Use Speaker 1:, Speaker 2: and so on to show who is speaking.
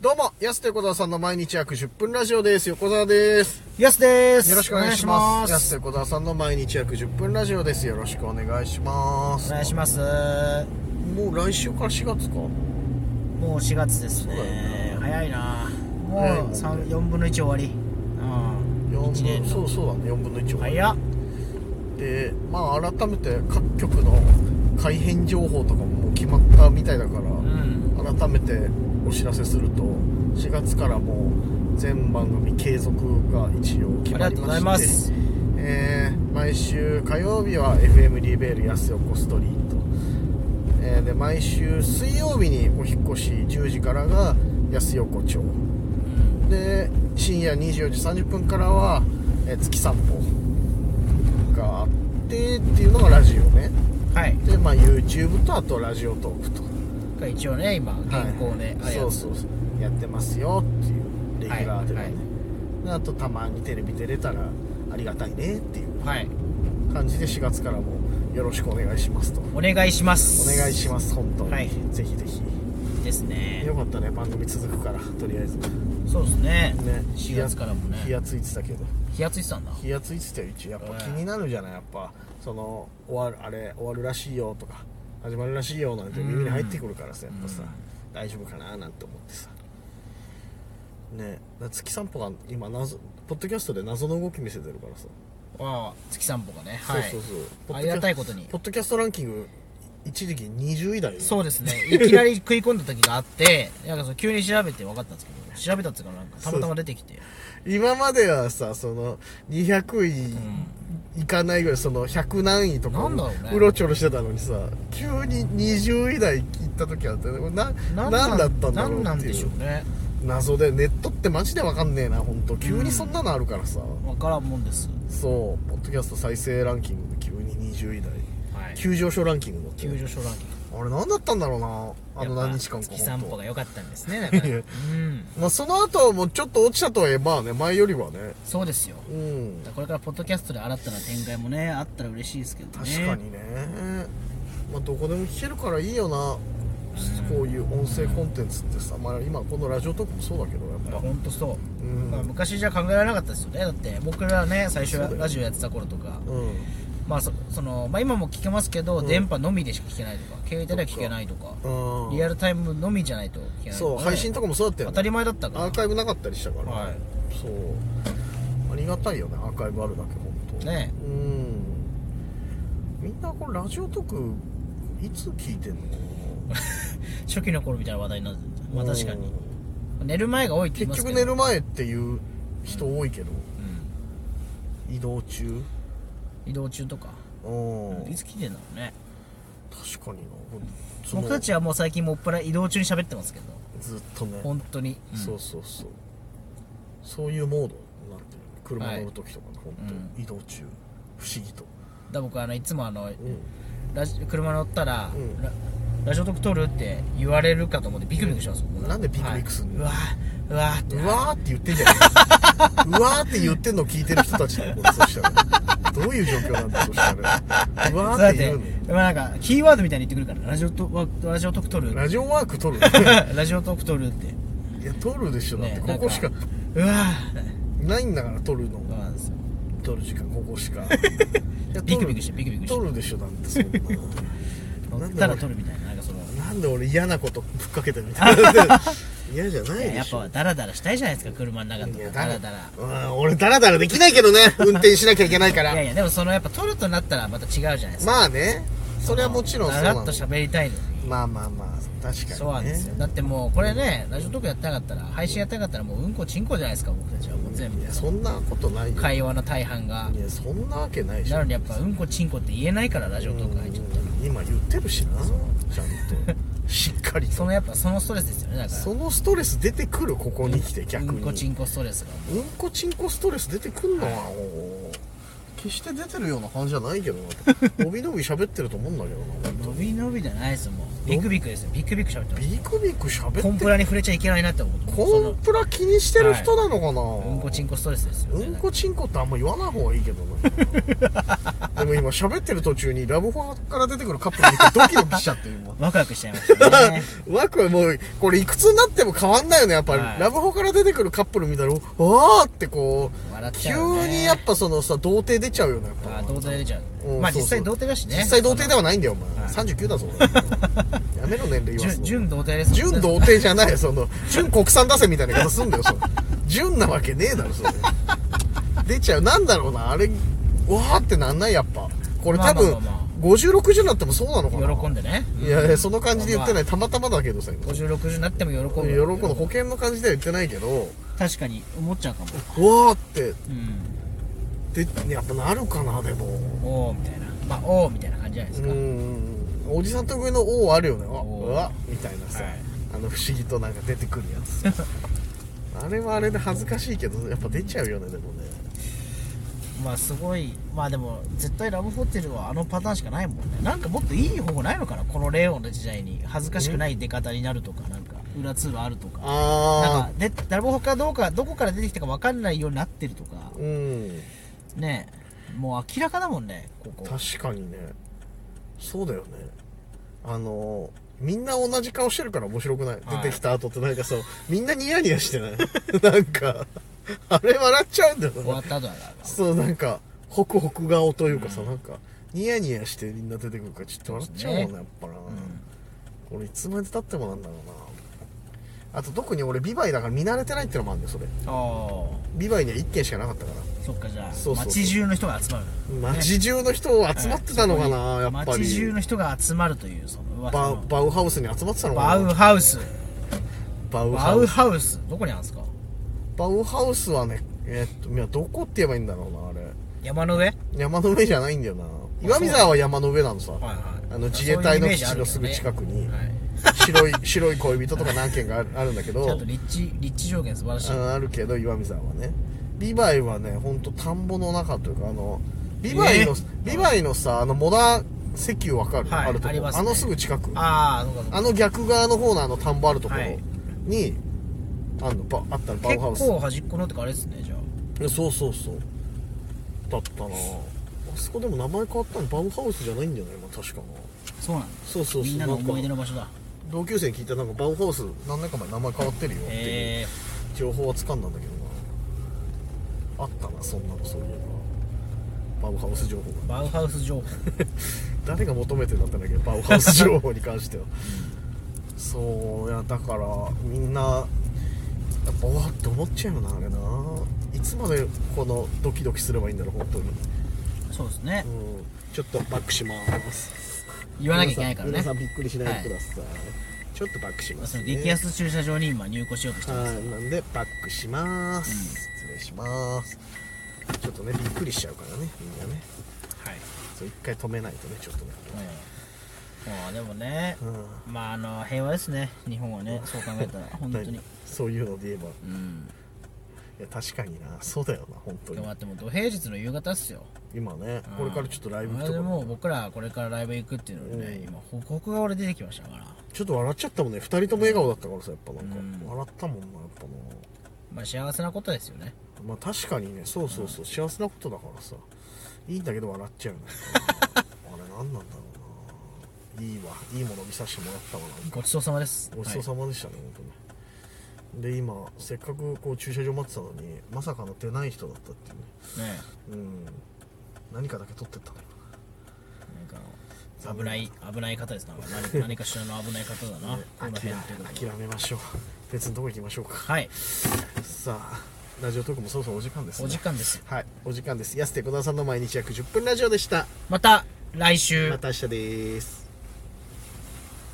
Speaker 1: どうも、やすて小沢さんの毎日約10分ラジオです。横澤です。
Speaker 2: ヤスです。
Speaker 1: よろしくお願いします。
Speaker 2: お
Speaker 1: やすて小沢さんの毎日約10分ラジオです。よろしくお願いします。
Speaker 2: 願いします。
Speaker 1: もう来週から4月か
Speaker 2: もう4月で
Speaker 1: そ
Speaker 2: す
Speaker 1: うだ
Speaker 2: ね
Speaker 1: よ。
Speaker 2: 早いな。
Speaker 1: 早いもん
Speaker 2: もう
Speaker 1: ね
Speaker 2: 三4分の1終わり。うん。
Speaker 1: 四
Speaker 2: 1
Speaker 1: 分
Speaker 2: 年の
Speaker 1: そうそうだね、4分の1を。
Speaker 2: 早っ。
Speaker 1: で、まあ改めて各局の改編情報とかももう決まったみたいだから、
Speaker 2: ん。
Speaker 1: 改めてお知らせすると、4月からもう全番組継続が一応決まりまして。
Speaker 2: ありがとうございます
Speaker 1: えー毎週火曜日は FM リベール安横ストリート、えーで毎週水曜日にお引っ越し10時からが安横町で深夜24時30分からは、えー月散歩があってっていうのがラジオね
Speaker 2: はい。
Speaker 1: で、まあ、YouTube とあとラジオトークと
Speaker 2: が一応ね、今、
Speaker 1: はい
Speaker 2: 銀行ね、あれ
Speaker 1: そうそうそうやってますよっていうレギュラーではね、
Speaker 2: はいは
Speaker 1: であとたまにテレビ出れたらありがたいねっていう
Speaker 2: はい。
Speaker 1: 感じで4月からもよろしくお願いしますと
Speaker 2: お願いします。
Speaker 1: お願いします本当に、
Speaker 2: はい
Speaker 1: ぜひぜひ
Speaker 2: す。ですね
Speaker 1: よ。かったね番組続くからとりあえずね
Speaker 2: そうですね。4
Speaker 1: 日や
Speaker 2: 月からもね。
Speaker 1: 火がついてたけど
Speaker 2: 日がついてたんだ。
Speaker 1: 火がついてたよ一応やっぱ
Speaker 2: うん
Speaker 1: 気になるじゃないやっぱその終わるあれ終わるらしいよとか始まるらしいよなんて耳に入ってくるからさやっぱさ大丈夫かななんて思ってさねえ月散歩が今謎ポッドキャストで謎の動き見せてるからさ、
Speaker 2: ああ、月散歩がね。はい。
Speaker 1: そうそうそう
Speaker 2: ありがたいことに
Speaker 1: ポッドキャストランキング一時期20位台よ
Speaker 2: そうですね。いきなり食い込んだ時があって、なんかその急に調べて分かったんですけど、調べたっていうかなんかたまたま出てきて。
Speaker 1: 今まではさその200位いかないぐらいその100何位とか
Speaker 2: なんだろうね
Speaker 1: うろちょろしてたのにさ急に20位台行った時あってこれな何だったんだろ
Speaker 2: なんな
Speaker 1: うんって
Speaker 2: でし
Speaker 1: い
Speaker 2: ょ
Speaker 1: う
Speaker 2: うね
Speaker 1: 謎でネットってマジで分かんねえな本当急にそんなのあるからさ、
Speaker 2: 分からんもんです
Speaker 1: そうポッドキャスト再生ランキングで急に20位台
Speaker 2: はい
Speaker 1: 急上昇ランキングのって
Speaker 2: 急上昇ランキン
Speaker 1: あれ何だったんだろうな
Speaker 2: グ
Speaker 1: あの何日間か
Speaker 2: 月散歩
Speaker 1: 本
Speaker 2: が良かったん ですねだから
Speaker 1: いや
Speaker 2: うん
Speaker 1: 当まあその後もちょっと落ちたとはいえまあね前よりはね
Speaker 2: そうですよ
Speaker 1: うん
Speaker 2: これからポッドキャストで新たな展開もねあったら嬉しいですけどね
Speaker 1: 確かにね、まあ、どこでも聞けるからいいよな、こういう音声コンテンツってさ、まあ、今このラジオトークもそうだけどやっぱ
Speaker 2: 本当そう、
Speaker 1: うん
Speaker 2: まあ、昔じゃ考えられなかったですよねだって僕らね最初
Speaker 1: そうだよ
Speaker 2: ラジオやってた頃とか、
Speaker 1: うん
Speaker 2: まあそそのまあ、今も聞けますけど、
Speaker 1: ん
Speaker 2: 電波のみでしか聞けないとか携帯では聞けないとか
Speaker 1: うん
Speaker 2: リアルタイムのみじゃないと聞けないとか
Speaker 1: そ
Speaker 2: ね、
Speaker 1: う配信とかもそうだったよ、
Speaker 2: 当
Speaker 1: ね、
Speaker 2: たり前だったから
Speaker 1: アーカイブなかったりしたから、
Speaker 2: はい
Speaker 1: そうありがたいよねアーカイブあるだけ本当
Speaker 2: ね
Speaker 1: うんみんなこれラジオトークいつ聞いてんの
Speaker 2: 初期の頃みたいな話題になってたまあ確か
Speaker 1: う
Speaker 2: に
Speaker 1: ん
Speaker 2: 寝る前が多いって言いま
Speaker 1: 結
Speaker 2: すけ
Speaker 1: 局
Speaker 2: ど
Speaker 1: 寝る前っていう人多いけど、移動中
Speaker 2: うん、移動中とか
Speaker 1: うん
Speaker 2: いつ来てんだろうね
Speaker 1: 確かになその
Speaker 2: 僕たちはもう最近もっぱら移動中に喋ってますけど
Speaker 1: ずっとね、
Speaker 2: 本当に、うん
Speaker 1: そうそうそうそういうモードになってる車
Speaker 2: はい
Speaker 1: 乗る時とかね、本
Speaker 2: うん
Speaker 1: 当移動中不思議と、
Speaker 2: だから僕あのいつもあの
Speaker 1: うん、
Speaker 2: ラジ車乗ったら、
Speaker 1: うん
Speaker 2: ララジオトーク撮るって言われるかと思ってビクビクしますもん
Speaker 1: なんでビクビクすんの
Speaker 2: はいうわーうわーって
Speaker 1: うわーって言ってんじゃねえかうわーって言ってんの聞いてる人たちだ よこれそしたらどういう状況なんだそしたらうわーって言うの
Speaker 2: まあなんかキーワードみたいに言ってくるからラジオトラジオトーク撮る
Speaker 1: ラジオワーク撮る
Speaker 2: ラジオトーク撮るって
Speaker 1: いや撮るでしょだって
Speaker 2: ね
Speaker 1: ここしか
Speaker 2: なんうわー
Speaker 1: ないんだから撮るの
Speaker 2: そうなんですよ
Speaker 1: 撮る時間ここしかいや
Speaker 2: ビクビクしてビクビクして
Speaker 1: 撮るでしょだってそんな
Speaker 2: 乗
Speaker 1: な
Speaker 2: っ
Speaker 1: ん
Speaker 2: た
Speaker 1: で
Speaker 2: ら
Speaker 1: 俺
Speaker 2: 撮るみたいななんかその
Speaker 1: なんで俺嫌なことぶっかけ てるみたいな嫌じゃない
Speaker 2: や
Speaker 1: で
Speaker 2: っ
Speaker 1: しょ
Speaker 2: ぱダラダラしたいじゃないですか車の中と
Speaker 1: い
Speaker 2: か
Speaker 1: や
Speaker 2: ダラダラ
Speaker 1: うん俺ダラダラできないけどね運転しなきゃいけないか
Speaker 2: いや
Speaker 1: ら
Speaker 2: いやでもそのやっぱ撮るとなったらまた違うじゃないですか
Speaker 1: まあねそれはもちろんそ
Speaker 2: ダ
Speaker 1: うな
Speaker 2: ラッ
Speaker 1: の
Speaker 2: と喋りたいのに
Speaker 1: まあまあまあ確
Speaker 2: そう
Speaker 1: か
Speaker 2: なん
Speaker 1: に
Speaker 2: ですよ
Speaker 1: ね
Speaker 2: だってもうこれねラジオトークやってなかったら配信やってなかったらもううんこちんこじゃないですか僕たちはもう全部
Speaker 1: いやそんなことないよ
Speaker 2: 会話の大半が
Speaker 1: いやそんなわけないでしょ
Speaker 2: なのにやっぱうんこちんこって言えないからラジオトーク入っちゃっ
Speaker 1: うん今言ってるしな ちゃんとしっかり
Speaker 2: たそ
Speaker 1: と
Speaker 2: のやっぱそのストレスですよねだか
Speaker 1: そのストレス出てくるここに来て
Speaker 2: ら
Speaker 1: 逆
Speaker 2: うん
Speaker 1: に
Speaker 2: こちんこストレスが
Speaker 1: うんこちんこストレス出てくんのはもう決して出てるような感じじゃないけ どな伸び伸び喋ってると思うんだけどな
Speaker 2: 伸び伸びじゃないですよもうビクビクですよビクビク喋ってます
Speaker 1: ビクビク喋って
Speaker 2: コンプラに触れちゃいけないなって思ってそ
Speaker 1: コン
Speaker 2: の
Speaker 1: プラ気にしてる人なのかな、
Speaker 2: うんこちんこストレスですよ、
Speaker 1: うんこちんこってあんま言わない方がいいけどなで も今喋ってる途中にラブホから出てくるカップル見てドキドキしちゃって今
Speaker 2: ワクワクしちゃいましたね
Speaker 1: ワクはもうこれいくつになっても変わんないよねやっぱり、
Speaker 2: はい
Speaker 1: ラブホから出てくるカップル見たらおあーってこ
Speaker 2: 笑っ
Speaker 1: う
Speaker 2: ちゃう、ね、
Speaker 1: 急にやっぱそのさ童貞出ちゃうよねやっぱ
Speaker 2: あ童貞出ちゃう、
Speaker 1: うん
Speaker 2: まあ
Speaker 1: そう
Speaker 2: 実
Speaker 1: そう
Speaker 2: 際童貞だしね
Speaker 1: 実際童貞ではないんだよお前、
Speaker 2: はい
Speaker 1: 39だぞ 俺やめろ年齢言わすの
Speaker 2: 純純童貞です
Speaker 1: 純童貞じゃないその純国産出せみたいな言い方すんだよそれ純なわけねえだろそれ出ちゃうなんだろうなあれわーってなんないやっぱこれ
Speaker 2: ま
Speaker 1: 多
Speaker 2: あまあまあ
Speaker 1: 分
Speaker 2: まあ
Speaker 1: 5060になってもそうなのかな
Speaker 2: 喜んでね
Speaker 1: いやいやその感じで言ってないたまたまだけどさ今喜
Speaker 2: 5060になっても喜ぶ
Speaker 1: ぶ保険の感じでは言ってないけど
Speaker 2: 確かに思っちゃうかも
Speaker 1: わーって
Speaker 2: うん
Speaker 1: でやっぱなるかなでも
Speaker 2: おおみたいなまあおおみたいな感じじゃないうですか、
Speaker 1: んおじさん特有の「お」あるよねあ
Speaker 2: お
Speaker 1: うわみたいなさ、
Speaker 2: はい
Speaker 1: あの不思議となんか出てくるやつさ あれはあれで恥ずかしいけどやっぱ出ちゃうよねでもね
Speaker 2: まあすごいまあでも絶対ラブホテルはあのパターンしかないもんねなんかもっといい方法ないのかなこの令和の時代に恥ずかしくない出方になるとかなんか裏通路あるとかな
Speaker 1: あ
Speaker 2: んかでラブホかどうかどこから出てきたか分かんないようになってるとか
Speaker 1: あうん
Speaker 2: ねえもう明らかだもんねここ
Speaker 1: 確かにねそうだよねあのみんな同じ顔してるから面白くない、
Speaker 2: はい
Speaker 1: 出てきた後ってなんかそうみんなニヤニヤしてない なんかあれ笑っちゃうんだよ
Speaker 2: 終わ
Speaker 1: ね
Speaker 2: った後だから
Speaker 1: そうなんかホクホク顔というかさ、なんかニヤニヤしてみんな出てくるからちょっと笑っちゃうもんね
Speaker 2: そう
Speaker 1: やっぱな、これいつまでたってもなんだろうなあと特に俺ビバイだから見慣れてないってのもあるんだよそれ
Speaker 2: あ
Speaker 1: ビバイには1軒しかなかったから
Speaker 2: あそっかじゃあ
Speaker 1: そうそうそう
Speaker 2: 街中の人が集まる
Speaker 1: 街中の人を集まってたのかな、やっぱり
Speaker 2: 街中の人が集まるというその噂
Speaker 1: バウ
Speaker 2: の
Speaker 1: バウハウスに集まってたの
Speaker 2: バ
Speaker 1: か
Speaker 2: ウ
Speaker 1: な
Speaker 2: ハウス
Speaker 1: バウ
Speaker 2: バ
Speaker 1: ハ
Speaker 2: ウ
Speaker 1: ウス
Speaker 2: ハウスどこにあるんですか
Speaker 1: バウハウスはねえっといやどこって言えばいいんだろうなあれ
Speaker 2: 山の上はい
Speaker 1: 山の上じゃないんだよな岩見沢は山の上なのさ
Speaker 2: はい
Speaker 1: あの自衛隊の
Speaker 2: そういうイメー
Speaker 1: 基
Speaker 2: ジ
Speaker 1: 地
Speaker 2: ある
Speaker 1: の
Speaker 2: け
Speaker 1: す
Speaker 2: ど
Speaker 1: ぐ
Speaker 2: ね
Speaker 1: 近くに
Speaker 2: はい
Speaker 1: 白い白い恋人とか何件かあるあるんだけど
Speaker 2: ちゃんと立地立地条件素晴らしい
Speaker 1: あのあるけど岩見沢はねビバイはねほんと田んぼの中というかあのビバイの、
Speaker 2: えー
Speaker 1: ビバイのさあのモダン石油わかる、
Speaker 2: はい
Speaker 1: あるとこ
Speaker 2: ありますね
Speaker 1: あのすぐ近く
Speaker 2: ああそうかそうか
Speaker 1: あの逆側の方のあの田んぼあるところ
Speaker 2: はい
Speaker 1: に、あんのバあったのバウハウ
Speaker 2: 結
Speaker 1: ス
Speaker 2: 構端っこのってかあれですねじゃあ
Speaker 1: そうそうそうだったなあそこでも名前変わったのバウハウスじゃないんじゃない今確かな
Speaker 2: そうなんだ
Speaker 1: そうそうそう
Speaker 2: みんなの
Speaker 1: んか
Speaker 2: 思い出の場所だ
Speaker 1: 同級生に聞いたらなんかバウハウス何年か前に名前変わってるよっていう
Speaker 2: え
Speaker 1: 情報はつかんだんだけどなあったなそんなのそういえばバウハウス情報が
Speaker 2: ー、バウハウス情報
Speaker 1: 誰が求めてんだったんだけどバウハウス情報に関して はそういやだからみんなやっぱわーって思っちゃうよなあれないつまでこのドキドキすればいいんだろう本当に、うん、
Speaker 2: そうですね
Speaker 1: ちょっとバックします
Speaker 2: 言わなきゃいけないからね
Speaker 1: 皆さん皆さんびっくりしないでください、ちょっとバックします、
Speaker 2: そ
Speaker 1: ね、
Speaker 2: の激安駐車場に今入庫しようとしてます、
Speaker 1: はいなんでバックします、失礼しますちょっとねびっくりしちゃうからねみんなね
Speaker 2: はい
Speaker 1: そう一回止めないとねちょっとね
Speaker 2: うんまあでもね、
Speaker 1: う
Speaker 2: まああの平和ですね日本はねそう考えたら本当に
Speaker 1: 何そういうので言えば
Speaker 2: うん
Speaker 1: いや確かになそうだよな本当
Speaker 2: で
Speaker 1: に
Speaker 2: もだってもう土平日の夕方っすよ
Speaker 1: 今ね
Speaker 2: うん
Speaker 1: これからちょっとライブ行く
Speaker 2: あ
Speaker 1: と
Speaker 2: れ
Speaker 1: か
Speaker 2: で
Speaker 1: ね
Speaker 2: もう僕らこれからライブ行くっていうのでね、
Speaker 1: うん
Speaker 2: 今報告が俺出てきましたから
Speaker 1: ちょっと笑っちゃったもんね2人とも笑顔だったからさやっぱなんか
Speaker 2: うん
Speaker 1: 笑ったもんなやっぱな
Speaker 2: まあ幸せなことですよね
Speaker 1: まあ確かにねそうそうそう幸せなことだからさいいんだけど笑っちゃうね あれ何なんだろうないいわいいもの見させてもらったわなんか
Speaker 2: ごちそうさまです
Speaker 1: ごちそう
Speaker 2: ま、
Speaker 1: さまでしたね、本当にで今せっかくこう駐車場待ってたのにまさかの出ない人だったっていうね
Speaker 2: はいね
Speaker 1: うん何かだけ取ってったね
Speaker 2: なんか危ない危ない方ですな何何かしらの危ない方だ なこの辺っていうこと
Speaker 1: 諦めましょう別のとこ行きましょうか
Speaker 2: はい
Speaker 1: さあラジオトークもそろそろお時間ですね
Speaker 2: お時間です
Speaker 1: はいお時間です安手小沢さんの毎日約10分ラジオでした
Speaker 2: また来週
Speaker 1: また明日です